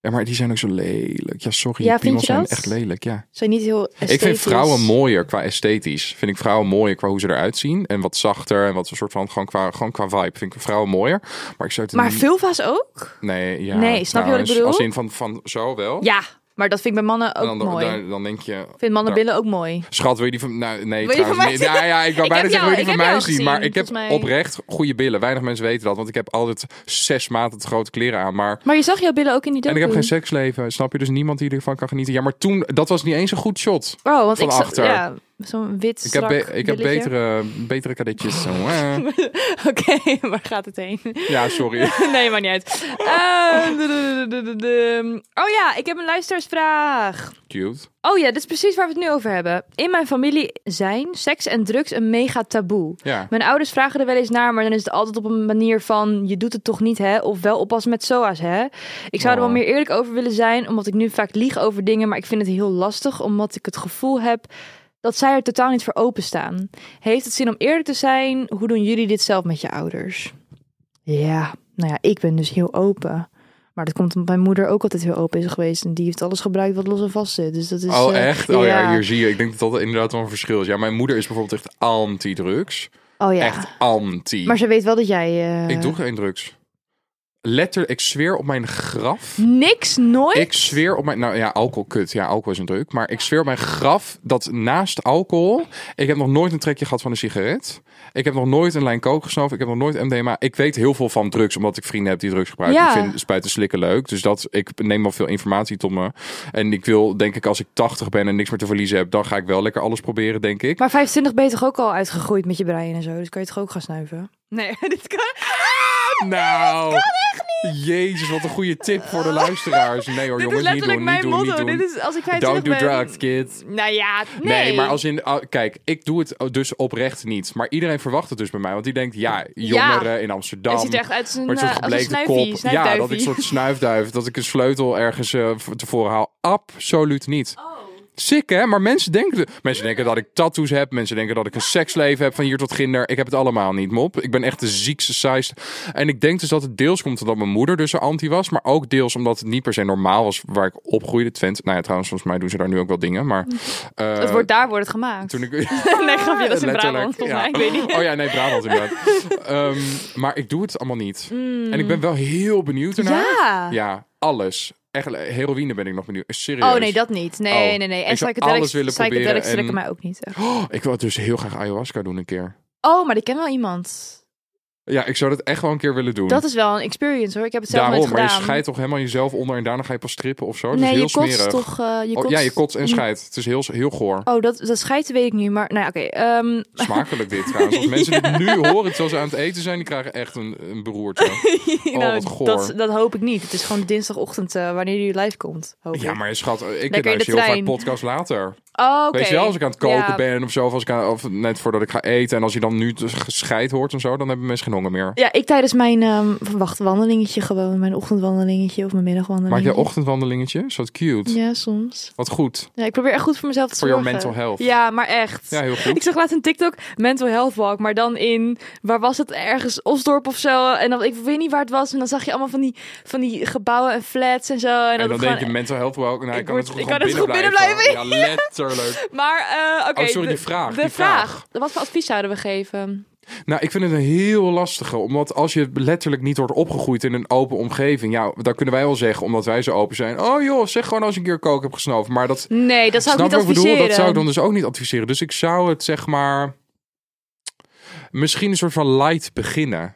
[SPEAKER 3] Ja, maar die zijn ook zo lelijk. Ja, sorry,
[SPEAKER 2] Ja,
[SPEAKER 3] ja,
[SPEAKER 2] vind
[SPEAKER 3] piemels
[SPEAKER 2] je
[SPEAKER 3] zijn
[SPEAKER 2] dat?
[SPEAKER 3] echt lelijk, ja.
[SPEAKER 2] Zijn niet heel
[SPEAKER 3] Ik vind
[SPEAKER 2] esthetisch.
[SPEAKER 3] vrouwen mooier qua esthetisch. Vind ik vrouwen mooier qua hoe ze eruit zien. En wat zachter en wat een soort van, gewoon qua, gewoon qua vibe. Vind ik vrouwen mooier. Maar ik zou het
[SPEAKER 2] Maar
[SPEAKER 3] niet-
[SPEAKER 2] vulva's ook?
[SPEAKER 3] Nee, ja.
[SPEAKER 2] Nee, snap je wat ik
[SPEAKER 3] trouwens,
[SPEAKER 2] bedoel?
[SPEAKER 3] Als in van, van zo wel.
[SPEAKER 2] Ja, Maar dat vind ik bij mannen ook
[SPEAKER 3] dan, dan,
[SPEAKER 2] mooi.
[SPEAKER 3] dan- dan denk je,
[SPEAKER 2] Ik vind mannen
[SPEAKER 3] daar-
[SPEAKER 2] billen ook mooi.
[SPEAKER 3] Schat, wil je die van... Nou, nee,
[SPEAKER 2] Wil je die
[SPEAKER 3] trouwens
[SPEAKER 2] van mij
[SPEAKER 3] niet.
[SPEAKER 2] zien?
[SPEAKER 3] Ja, ja, ik wou
[SPEAKER 2] Ik
[SPEAKER 3] bijna
[SPEAKER 2] heb jou-
[SPEAKER 3] zeggen, wil je die
[SPEAKER 2] ik
[SPEAKER 3] van
[SPEAKER 2] heb
[SPEAKER 3] mij
[SPEAKER 2] jou
[SPEAKER 3] zien?
[SPEAKER 2] gezien,
[SPEAKER 3] Maar ik heb
[SPEAKER 2] volgens mij.
[SPEAKER 3] oprecht goede billen. Weinig mensen weten dat, want ik heb altijd zes maten te grote kleren aan. Maar...
[SPEAKER 2] Maar je zag jouw billen ook in die
[SPEAKER 3] En
[SPEAKER 2] docu.
[SPEAKER 3] ik heb geen seksleven, snap je? Dus niemand die ervan kan genieten. Ja, maar toen, dat was niet eens een goed shot.
[SPEAKER 2] Oh, want
[SPEAKER 3] van
[SPEAKER 2] ik zag,
[SPEAKER 3] achter.
[SPEAKER 2] ja, zo'n wit
[SPEAKER 3] Ik heb,
[SPEAKER 2] strak
[SPEAKER 3] be- ik heb
[SPEAKER 2] billetje.
[SPEAKER 3] betere, betere kadetjes. Zo, eh.
[SPEAKER 2] Oké, waar gaat het heen?
[SPEAKER 3] Ja, sorry.
[SPEAKER 2] nee, maar niet uit. Eh, du- du- du- du- du- du. Oh ja, ik heb een luisteraarsvraag.
[SPEAKER 3] Cute.
[SPEAKER 2] Oh ja, dit is precies waar we het nu over hebben. In mijn familie zijn seks en drugs een mega taboe.
[SPEAKER 3] Ja.
[SPEAKER 2] Mijn ouders vragen er wel eens naar, maar dan is het altijd op een manier van... je doet het toch niet, hè? Of wel oppassen met SOA's, hè? Ik zou er wel
[SPEAKER 3] Oh.
[SPEAKER 2] meer eerlijk over willen zijn... omdat ik nu vaak lieg over dingen, maar ik vind het heel lastig... omdat ik het gevoel heb dat zij er totaal niet voor openstaan. Heeft het zin om eerlijk te zijn? Hoe doen jullie dit zelf met je ouders? Ja, nou ja, ik ben dus heel open... Maar dat komt omdat mijn moeder ook altijd heel open is geweest. En die heeft alles gebruikt wat los en vast zit. Dus dat is,
[SPEAKER 3] oh,
[SPEAKER 2] eh,
[SPEAKER 3] echt? Oh ja. hier zie je. Ik denk dat dat inderdaad wel een verschil is. Ja, mijn moeder is bijvoorbeeld echt anti-drugs.
[SPEAKER 2] Oh ja.
[SPEAKER 3] Echt anti.
[SPEAKER 2] Maar ze weet wel dat jij... eh,
[SPEAKER 3] Ik doe geen drugs. Letter, ik zweer op mijn graf.
[SPEAKER 2] Niks, nooit?
[SPEAKER 3] Ik zweer op mijn... Nou ja, alcohol, kut. Ja, alcohol is een druk. Maar ik zweer op mijn graf dat naast alcohol... Ik heb nog nooit een trekje gehad van een sigaret. Ik heb nog nooit een lijn coke gesnoven. Ik heb nog nooit MDMA. Ik weet heel veel van drugs, omdat ik vrienden heb die drugs gebruiken.
[SPEAKER 2] Ja.
[SPEAKER 3] Ik vind spuiten slikken leuk. Dus dat, ik neem al veel informatie tot me. En ik wil, denk ik, als ik 80 ben en niks meer te verliezen heb... dan ga ik wel lekker alles proberen, denk ik.
[SPEAKER 2] Maar 25 ben je toch ook al uitgegroeid met je brein en zo? Dus kan je toch ook gaan snuiven? Nee, dit
[SPEAKER 3] Oh,
[SPEAKER 2] kan... Oh,
[SPEAKER 3] nou... Jezus, wat een goede tip voor de luisteraars. Nee hoor,
[SPEAKER 2] dit is
[SPEAKER 3] jongens, niet
[SPEAKER 2] letterlijk
[SPEAKER 3] doen,
[SPEAKER 2] mijn
[SPEAKER 3] niet doen,
[SPEAKER 2] motto.
[SPEAKER 3] niet doen.
[SPEAKER 2] Dit is als ik 25
[SPEAKER 3] Don't do
[SPEAKER 2] ben...
[SPEAKER 3] drugs, kids.
[SPEAKER 2] Nou ja, nee.
[SPEAKER 3] Nee, maar als in. ah, Kijk, ik doe het dus oprecht niet. Maar iedereen verwacht het dus bij mij. Want die denkt, ja, jongeren in Amsterdam.
[SPEAKER 2] Hij ziet er echt uit als een,
[SPEAKER 3] maar het soort
[SPEAKER 2] eh, als een
[SPEAKER 3] gebleken
[SPEAKER 2] snuifie,
[SPEAKER 3] kop. Ja,
[SPEAKER 2] snuifduifie.
[SPEAKER 3] dat ik een soort snuifduif. Dat ik een sleutel ergens eh, v- tevoren haal. Absoluut niet.
[SPEAKER 2] Oh.
[SPEAKER 3] Sick, hè? Maar mensen denken, mensen denken dat ik tattoos heb. Mensen denken dat ik een seksleven heb van hier tot ginder. Ik heb het allemaal niet, mop. Ik ben echt de ziekste saaiste. En ik denk dus dat het deels komt omdat mijn moeder dus er anti was. Maar ook deels omdat het niet per se normaal was waar ik opgroeide. Twente, nou ja, trouwens, volgens mij doen ze daar nu ook wel dingen. Maar, eh,
[SPEAKER 2] Het wordt, daar wordt het gemaakt.
[SPEAKER 3] toen ik...
[SPEAKER 2] nee, grapje, dat is in
[SPEAKER 3] Letterlijk,
[SPEAKER 2] Brabant, volgens
[SPEAKER 3] ja.
[SPEAKER 2] mij. Ik weet niet.
[SPEAKER 3] Oh ja, nee, Brabant inderdaad. Ehm, maar ik doe het allemaal niet. En ik ben wel heel benieuwd ernaar.
[SPEAKER 2] Mm. Ja.
[SPEAKER 3] Ja, alles. Echt, eh, heroïne ben ik nog benieuwd. Eh, Serieus.
[SPEAKER 2] Oh nee, dat niet. Nee,
[SPEAKER 3] Oh.
[SPEAKER 2] nee, nee.
[SPEAKER 3] Ik
[SPEAKER 2] En
[SPEAKER 3] zou
[SPEAKER 2] psychedelics,
[SPEAKER 3] alles willen
[SPEAKER 2] psychedelics
[SPEAKER 3] proberen en-
[SPEAKER 2] trekken mij ook niet. echt.
[SPEAKER 3] Oh, ik wil dus heel graag ayahuasca doen een keer.
[SPEAKER 2] Oh, maar ik ken wel iemand.
[SPEAKER 3] Ja, ik zou dat echt wel een keer willen doen.
[SPEAKER 2] Dat is wel een experience hoor. Ik heb het zelf
[SPEAKER 3] Daarom,
[SPEAKER 2] nooit
[SPEAKER 3] maar je
[SPEAKER 2] gedaan.
[SPEAKER 3] scheidt toch helemaal jezelf onder en daarna ga je pas strippen of zo? Dat
[SPEAKER 2] nee,
[SPEAKER 3] is heel
[SPEAKER 2] je kotst
[SPEAKER 3] smerig.
[SPEAKER 2] toch... eh, je
[SPEAKER 3] Oh,
[SPEAKER 2] kotst...
[SPEAKER 3] ja, je kotst en scheidt. Het is heel, heel goor.
[SPEAKER 2] Oh, dat, dat scheiden weet ik nu, maar... Nou ja, oké. ehm,
[SPEAKER 3] Smakelijk dit trouwens. Als mensen dit nu horen terwijl ze aan het eten zijn, die krijgen echt een, een beroerte. Oh,
[SPEAKER 2] nou,
[SPEAKER 3] wat goor.
[SPEAKER 2] dat, dat hoop ik niet. Het is gewoon dinsdagochtend eh, wanneer jullie live komt. Hoop
[SPEAKER 3] Ja,
[SPEAKER 2] ik.
[SPEAKER 3] maar schat, eh, ik
[SPEAKER 2] in de
[SPEAKER 3] luister heel vaak
[SPEAKER 2] trein.
[SPEAKER 3] podcast later.
[SPEAKER 2] Oh, oké.
[SPEAKER 3] Weet je wel, als ik aan het koken
[SPEAKER 2] Ja.
[SPEAKER 3] ben of zo, of, als ik aan- of net voordat ik ga eten. En als je dan nu te- gescheid hoort en zo, dan hebben mensen geen honger meer.
[SPEAKER 2] Ja, ik tijdens mijn ehm wacht, wandelingetje gewoon. Mijn ochtendwandelingetje of mijn
[SPEAKER 3] Maak
[SPEAKER 2] middagwandelingetje.
[SPEAKER 3] jij ochtendwandelingetje? Is dat cute?
[SPEAKER 2] Ja, soms.
[SPEAKER 3] Wat goed.
[SPEAKER 2] Ja, ik probeer echt goed voor mezelf te
[SPEAKER 3] Voor your
[SPEAKER 2] zorgen.
[SPEAKER 3] mental health.
[SPEAKER 2] Ja, maar echt.
[SPEAKER 3] Ja, heel goed.
[SPEAKER 2] Ik zag laatst een TikTok, mental health walk, maar dan in, waar was het, ergens Osdorp of zo. En dan, ik weet niet waar het was, en dan zag je allemaal van die, van die gebouwen en flats en zo. En, dat
[SPEAKER 3] En dan
[SPEAKER 2] het
[SPEAKER 3] denk je
[SPEAKER 2] gewoon-
[SPEAKER 3] mental health wel. Nou, ik
[SPEAKER 2] Ik
[SPEAKER 3] kan
[SPEAKER 2] word-
[SPEAKER 3] het goed
[SPEAKER 2] ik
[SPEAKER 3] gewoon
[SPEAKER 2] kan het
[SPEAKER 3] binnen
[SPEAKER 2] goed
[SPEAKER 3] blijven.
[SPEAKER 2] binnen
[SPEAKER 3] Ja, letterlijk.
[SPEAKER 2] Maar, eh, oké.
[SPEAKER 3] Oh, sorry,
[SPEAKER 2] de-
[SPEAKER 3] die vraag,
[SPEAKER 2] De
[SPEAKER 3] die
[SPEAKER 2] vraag.
[SPEAKER 3] vraag.
[SPEAKER 2] Wat voor advies zouden we geven?
[SPEAKER 3] Nou, ik vind het een heel lastige. Omdat als je letterlijk niet wordt opgegroeid in een open omgeving. Ja, dan kunnen wij wel zeggen, omdat wij zo open zijn. Oh joh, zeg gewoon als ik een keer kook heb gesnoven. Maar dat
[SPEAKER 2] Nee, dat zou ik
[SPEAKER 3] Snap
[SPEAKER 2] niet
[SPEAKER 3] je wat ik bedoel?
[SPEAKER 2] adviseren.
[SPEAKER 3] Dat zou ik dan dus ook niet adviseren. Dus ik zou het zeg maar misschien een soort van light beginnen.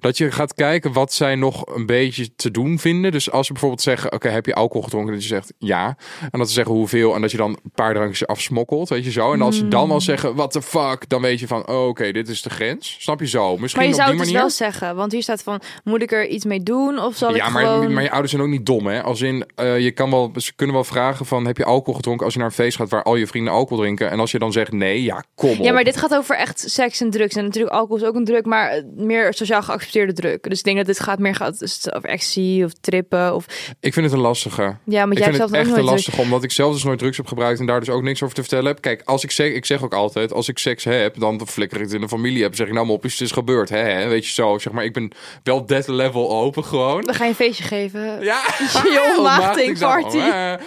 [SPEAKER 3] Dat je gaat kijken wat zij nog een beetje te doen vinden. Dus als ze bijvoorbeeld zeggen: Oké, heb je alcohol gedronken? Dat je zegt ja. En dat ze zeggen hoeveel. En dat je dan een paar drankjes afsmokkelt. Weet je zo. En als ze dan
[SPEAKER 2] Hmm.
[SPEAKER 3] al zeggen: What the fuck? Dan weet je van: oh, Oké, dit is de grens. Snap je zo? Misschien
[SPEAKER 2] Maar je
[SPEAKER 3] op
[SPEAKER 2] zou
[SPEAKER 3] die
[SPEAKER 2] het dus
[SPEAKER 3] manier.
[SPEAKER 2] wel zeggen, want hier staat van, moet ik er iets mee doen of zal
[SPEAKER 3] Ja,
[SPEAKER 2] ik
[SPEAKER 3] maar,
[SPEAKER 2] gewoon...
[SPEAKER 3] maar je ouders zijn ook niet dom, hè? Als in, eh, je kan wel, ze kunnen wel vragen van, heb je alcohol gedronken als je naar een feest gaat waar al je vrienden alcohol drinken? En als je dan zegt nee, ja, kom op.
[SPEAKER 2] Ja, maar dit gaat over echt seks en drugs. En natuurlijk alcohol is ook een druk, maar eh, meer sociaal geaccepteerde druk. Dus ik denk dat dit gaat meer gaat, dus het over ecstasy of trippen. Of...
[SPEAKER 3] Ik vind het een lastige.
[SPEAKER 2] Ja, maar
[SPEAKER 3] ik
[SPEAKER 2] jij hebt
[SPEAKER 3] vind
[SPEAKER 2] zelf
[SPEAKER 3] het
[SPEAKER 2] ook
[SPEAKER 3] echt
[SPEAKER 2] nooit
[SPEAKER 3] een
[SPEAKER 2] drugs.
[SPEAKER 3] lastige, omdat ik zelf dus nooit drugs heb gebruikt en daar dus ook niks over te vertellen heb. Kijk, als ik zeg, ik zeg ook altijd, als ik seks heb, dan flikker ik het in de familie heb. Zeg ik nou mopjes, het is gebeurd, hè, hè? Weet je zo, zeg maar, ik ben wel dead level open gewoon.
[SPEAKER 2] Dan ga je een feestje geven.
[SPEAKER 3] Ja,
[SPEAKER 2] Je ontmaagding
[SPEAKER 3] Ontmaagdingsdag.
[SPEAKER 2] party.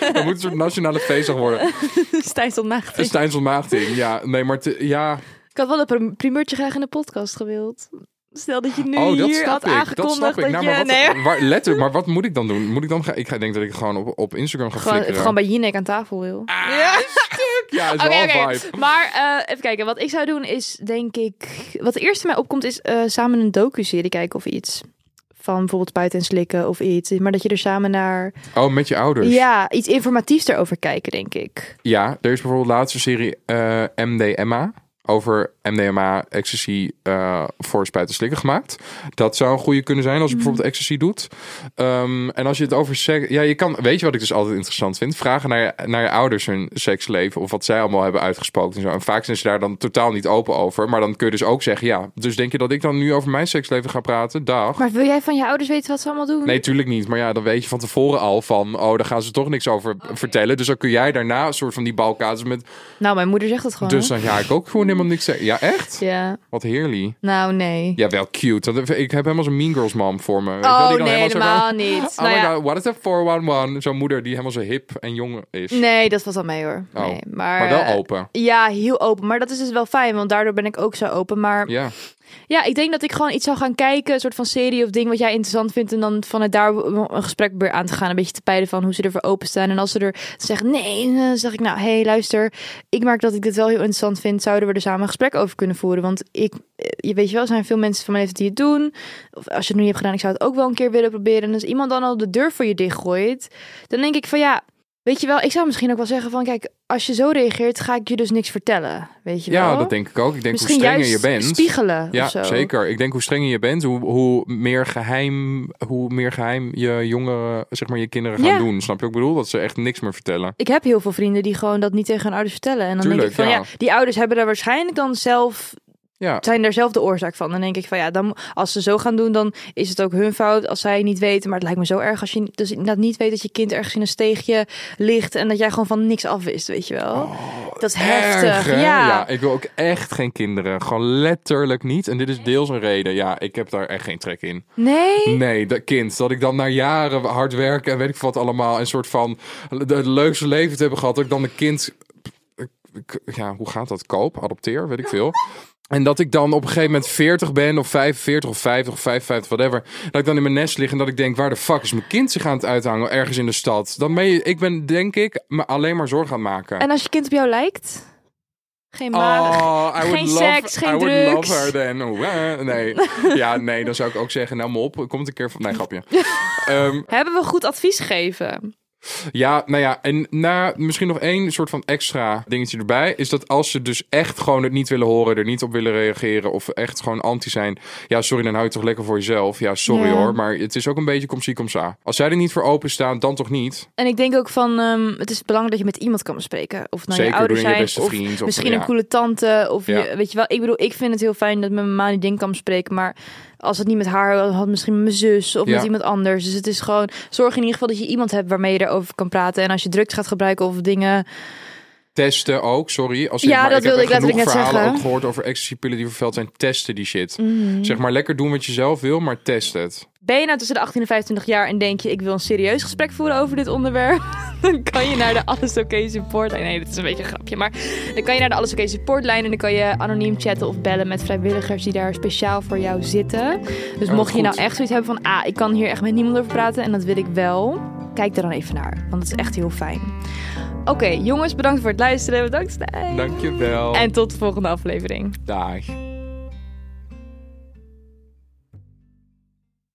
[SPEAKER 3] Eh, Dat moet een soort nationale feestdag worden.
[SPEAKER 2] Stijns ontmaagd.
[SPEAKER 3] Een Stijns ontmaagding, ja. Nee, maar te- ja,
[SPEAKER 2] Ik had wel een prim- primeurtje graag in de podcast gewild. Stel dat je nu
[SPEAKER 3] oh, dat
[SPEAKER 2] hier
[SPEAKER 3] snap
[SPEAKER 2] had
[SPEAKER 3] ik. Dat
[SPEAKER 2] aangekondigd
[SPEAKER 3] snap ik. Nou,
[SPEAKER 2] je...
[SPEAKER 3] maar wat,
[SPEAKER 2] nee,
[SPEAKER 3] waar, letterlijk, maar wat moet ik dan doen? Moet ik dan gaan? Ik ga, denk dat ik gewoon op, op Instagram ga
[SPEAKER 2] gewoon,
[SPEAKER 3] flikkeren.
[SPEAKER 2] gewoon bij Jinek aan tafel wil. ja.
[SPEAKER 3] Ja, Ah, is
[SPEAKER 2] Oké,
[SPEAKER 3] wel een
[SPEAKER 2] oké.
[SPEAKER 3] vibe.
[SPEAKER 2] Maar eh, even kijken. Wat ik zou doen is, denk ik... Wat het eerste mij opkomt is eh, samen een docu-serie kijken of iets. Van bijvoorbeeld Buiten en Slikken of iets. Maar dat je er samen naar...
[SPEAKER 3] Oh, met je ouders.
[SPEAKER 2] Ja, iets informatiefs daarover kijken, denk ik.
[SPEAKER 3] Ja, er is bijvoorbeeld de laatste serie eh, MDMA. Over MDMA, ecstasy, eh voor spuiten slikken gemaakt. Dat zou een goede kunnen zijn als je bijvoorbeeld ecstasy doet. Ehm, en als je het over seks... Ja, je kan... Weet je wat ik dus altijd interessant vind? Vragen naar je, naar je ouders hun seksleven. Of wat zij allemaal hebben uitgesproken en zo. En vaak zijn ze daar dan totaal niet open over. Maar dan kun je dus ook zeggen... Ja, dus denk je dat ik dan nu over mijn seksleven ga praten? Dag.
[SPEAKER 2] Maar wil jij van je ouders weten wat ze allemaal doen?
[SPEAKER 3] Nee, tuurlijk niet. Maar ja, dan weet je van tevoren al van... Oh, daar gaan ze toch niks over vertellen. Dus dan kun jij daarna een soort van die balkazen met...
[SPEAKER 2] Nou, mijn moeder zegt dat gewoon.
[SPEAKER 3] Dus
[SPEAKER 2] hè?
[SPEAKER 3] dan ga ik ook gewoon helemaal niks zeggen. Ja, echt?
[SPEAKER 2] Ja.
[SPEAKER 3] Wat heerlijk.
[SPEAKER 2] Nou, nee.
[SPEAKER 3] Ja, wel cute. Dat- Ik heb helemaal zo'n Mean Girls mom voor me. Weet je wel,
[SPEAKER 2] Oh,
[SPEAKER 3] die dan
[SPEAKER 2] nee,
[SPEAKER 3] helemaal zo
[SPEAKER 2] helemaal
[SPEAKER 3] van,
[SPEAKER 2] niet.
[SPEAKER 3] Oh
[SPEAKER 2] nou,
[SPEAKER 3] my
[SPEAKER 2] ja.
[SPEAKER 3] god, what is that 411? Zo'n moeder die helemaal zo hip en jong is.
[SPEAKER 2] Nee, dat valt al mee hoor.
[SPEAKER 3] Oh.
[SPEAKER 2] Nee, maar,
[SPEAKER 3] Maar wel
[SPEAKER 2] eh,
[SPEAKER 3] open.
[SPEAKER 2] Ja, heel open. Maar dat is dus wel fijn, want daardoor ben ik ook zo open. Maar ja.
[SPEAKER 3] Ja.
[SPEAKER 2] ik denk dat ik gewoon iets zou gaan kijken, een soort van serie of ding wat jij interessant vindt. En dan vanuit daar een gesprek weer aan te gaan. Een beetje te peilen van hoe ze ervoor openstaan. En als ze er zeggen nee, dan zeg ik nou, hé hey, luister, ik merk dat ik dit wel heel interessant vind. Zouden we er samen een gesprek over kunnen voeren? Want ik, eh, je weet je wel, er zijn veel mensen van mijn leeftijd die het doen. Of als je het nu niet hebt gedaan, ik zou het ook wel een keer willen proberen. En als iemand dan al de deur voor je dichtgooit, dan denk ik van ja, weet je wel, ik zou misschien ook wel zeggen van kijk, als je zo reageert, ga ik je dus niks vertellen. Weet je wel?
[SPEAKER 3] ja, dat denk ik ook. Ik denk hoe strenger je bent.
[SPEAKER 2] spiegelen
[SPEAKER 3] ja,
[SPEAKER 2] of zo.
[SPEAKER 3] zeker. Ik denk hoe strenger je bent, hoe, hoe, meer geheim, hoe meer geheim je jongeren, zeg maar, je kinderen gaan
[SPEAKER 2] Ja.
[SPEAKER 3] doen. Snap je? wat Ik bedoel dat ze echt niks meer vertellen.
[SPEAKER 2] Ik heb heel veel vrienden die gewoon dat niet tegen hun ouders vertellen. En dan denk
[SPEAKER 3] Tuurlijk,
[SPEAKER 2] ik van ja.
[SPEAKER 3] ja.
[SPEAKER 2] die ouders hebben daar waarschijnlijk dan zelf,
[SPEAKER 3] Ja.
[SPEAKER 2] zijn daar zelf de oorzaak van. Dan denk ik van ja, dan, als ze zo gaan doen, dan is het ook hun fout als zij niet weten. Maar het lijkt me zo erg als je dus inderdaad niet weet dat je kind ergens in een steegje ligt en dat jij gewoon van niks afwist, weet je wel. dat is heftig.
[SPEAKER 3] Oh, hè?
[SPEAKER 2] ja.
[SPEAKER 3] ik wil ook echt geen kinderen. Gewoon letterlijk niet. En dit is deels een reden. Ja, ik heb daar echt geen trek in.
[SPEAKER 2] Nee?
[SPEAKER 3] Nee, dat kind. Dat ik dan na jaren hard werken en weet ik wat allemaal. Een soort van de, het leukste leven te hebben gehad. Dat ik dan een kind. Ja, hoe gaat dat? Koop, adopteer, weet ik veel. En dat ik dan op een gegeven moment 40 ben, of 45, of 50, of 55, whatever. Dat ik dan in mijn nest lig en dat ik denk: waar de fuck is mijn kind zich aan het uithangen? Ergens in de stad. Dan ben je, ik ben denk ik me alleen maar zorgen aan het maken.
[SPEAKER 2] En als je kind op jou lijkt? Geen maag.
[SPEAKER 3] Oh, I would
[SPEAKER 2] Geen
[SPEAKER 3] love,
[SPEAKER 2] seks, geen
[SPEAKER 3] I would
[SPEAKER 2] drugs.
[SPEAKER 3] love her then. Oh, eh, Nee. Ja, nee, dan zou ik ook zeggen, nou mop, komt een keer van... Nee, grapje. Ehm,
[SPEAKER 2] Hebben we goed advies gegeven?
[SPEAKER 3] ja, nou ja, en na, misschien nog één soort van extra dingetje erbij... is dat als ze dus echt gewoon het niet willen horen... er niet op willen reageren of echt gewoon anti zijn... ja, sorry, dan hou je toch lekker voor jezelf. Ja, sorry
[SPEAKER 2] Ja.
[SPEAKER 3] hoor, maar het is ook een beetje kom zie, kom sa. Als zij er niet voor openstaan, dan toch niet.
[SPEAKER 2] En ik denk ook van, ehm, het is belangrijk dat je met iemand kan bespreken. Of het nou je
[SPEAKER 3] Zeker
[SPEAKER 2] ouders
[SPEAKER 3] door je
[SPEAKER 2] zijn,
[SPEAKER 3] beste
[SPEAKER 2] of
[SPEAKER 3] vriend. Of,
[SPEAKER 2] misschien
[SPEAKER 3] ja.
[SPEAKER 2] een coole tante. Of je,
[SPEAKER 3] Ja.
[SPEAKER 2] weet je wel, ik bedoel, ik vind het heel fijn dat mijn mama die ding kan bespreken. Maar als het niet met haar had, had misschien met mijn zus of
[SPEAKER 3] Ja.
[SPEAKER 2] met iemand anders. Dus het is gewoon, zorg in ieder geval dat je iemand hebt waarmee je erover kan praten. En als je drugs gaat gebruiken of dingen.
[SPEAKER 3] testen ook, sorry. Als
[SPEAKER 2] Ja, dat
[SPEAKER 3] maar ik heb
[SPEAKER 2] wilde
[SPEAKER 3] echt
[SPEAKER 2] ik letterlijk
[SPEAKER 3] genoeg
[SPEAKER 2] net
[SPEAKER 3] verhalen
[SPEAKER 2] zeggen. Mhm.
[SPEAKER 3] ook gehoord over ecstasy-pillen die vervuild zijn. Testen die shit. Zeg maar lekker doen wat je zelf wil, maar test het.
[SPEAKER 2] Ben je nou tussen de 18 en 25 jaar en denk je, ik wil een serieus gesprek voeren over dit onderwerp? Dan kan je naar de Alles Oké supportlijn. Nee, dit is een beetje een grapje. Maar dan kan je naar de Alles Oké supportlijn en dan kan je anoniem chatten of bellen met vrijwilligers die daar speciaal voor jou zitten. Dus
[SPEAKER 3] Oh,
[SPEAKER 2] mocht je
[SPEAKER 3] goed.
[SPEAKER 2] nou echt zoiets hebben van, ah, ik kan hier echt met niemand over praten en dat wil ik wel. Kijk er dan even naar, want het is echt heel fijn. Oké, jongens, bedankt voor het luisteren. Bedankt Stijn.
[SPEAKER 3] Dankjewel.
[SPEAKER 2] En tot de volgende aflevering.
[SPEAKER 3] Dag.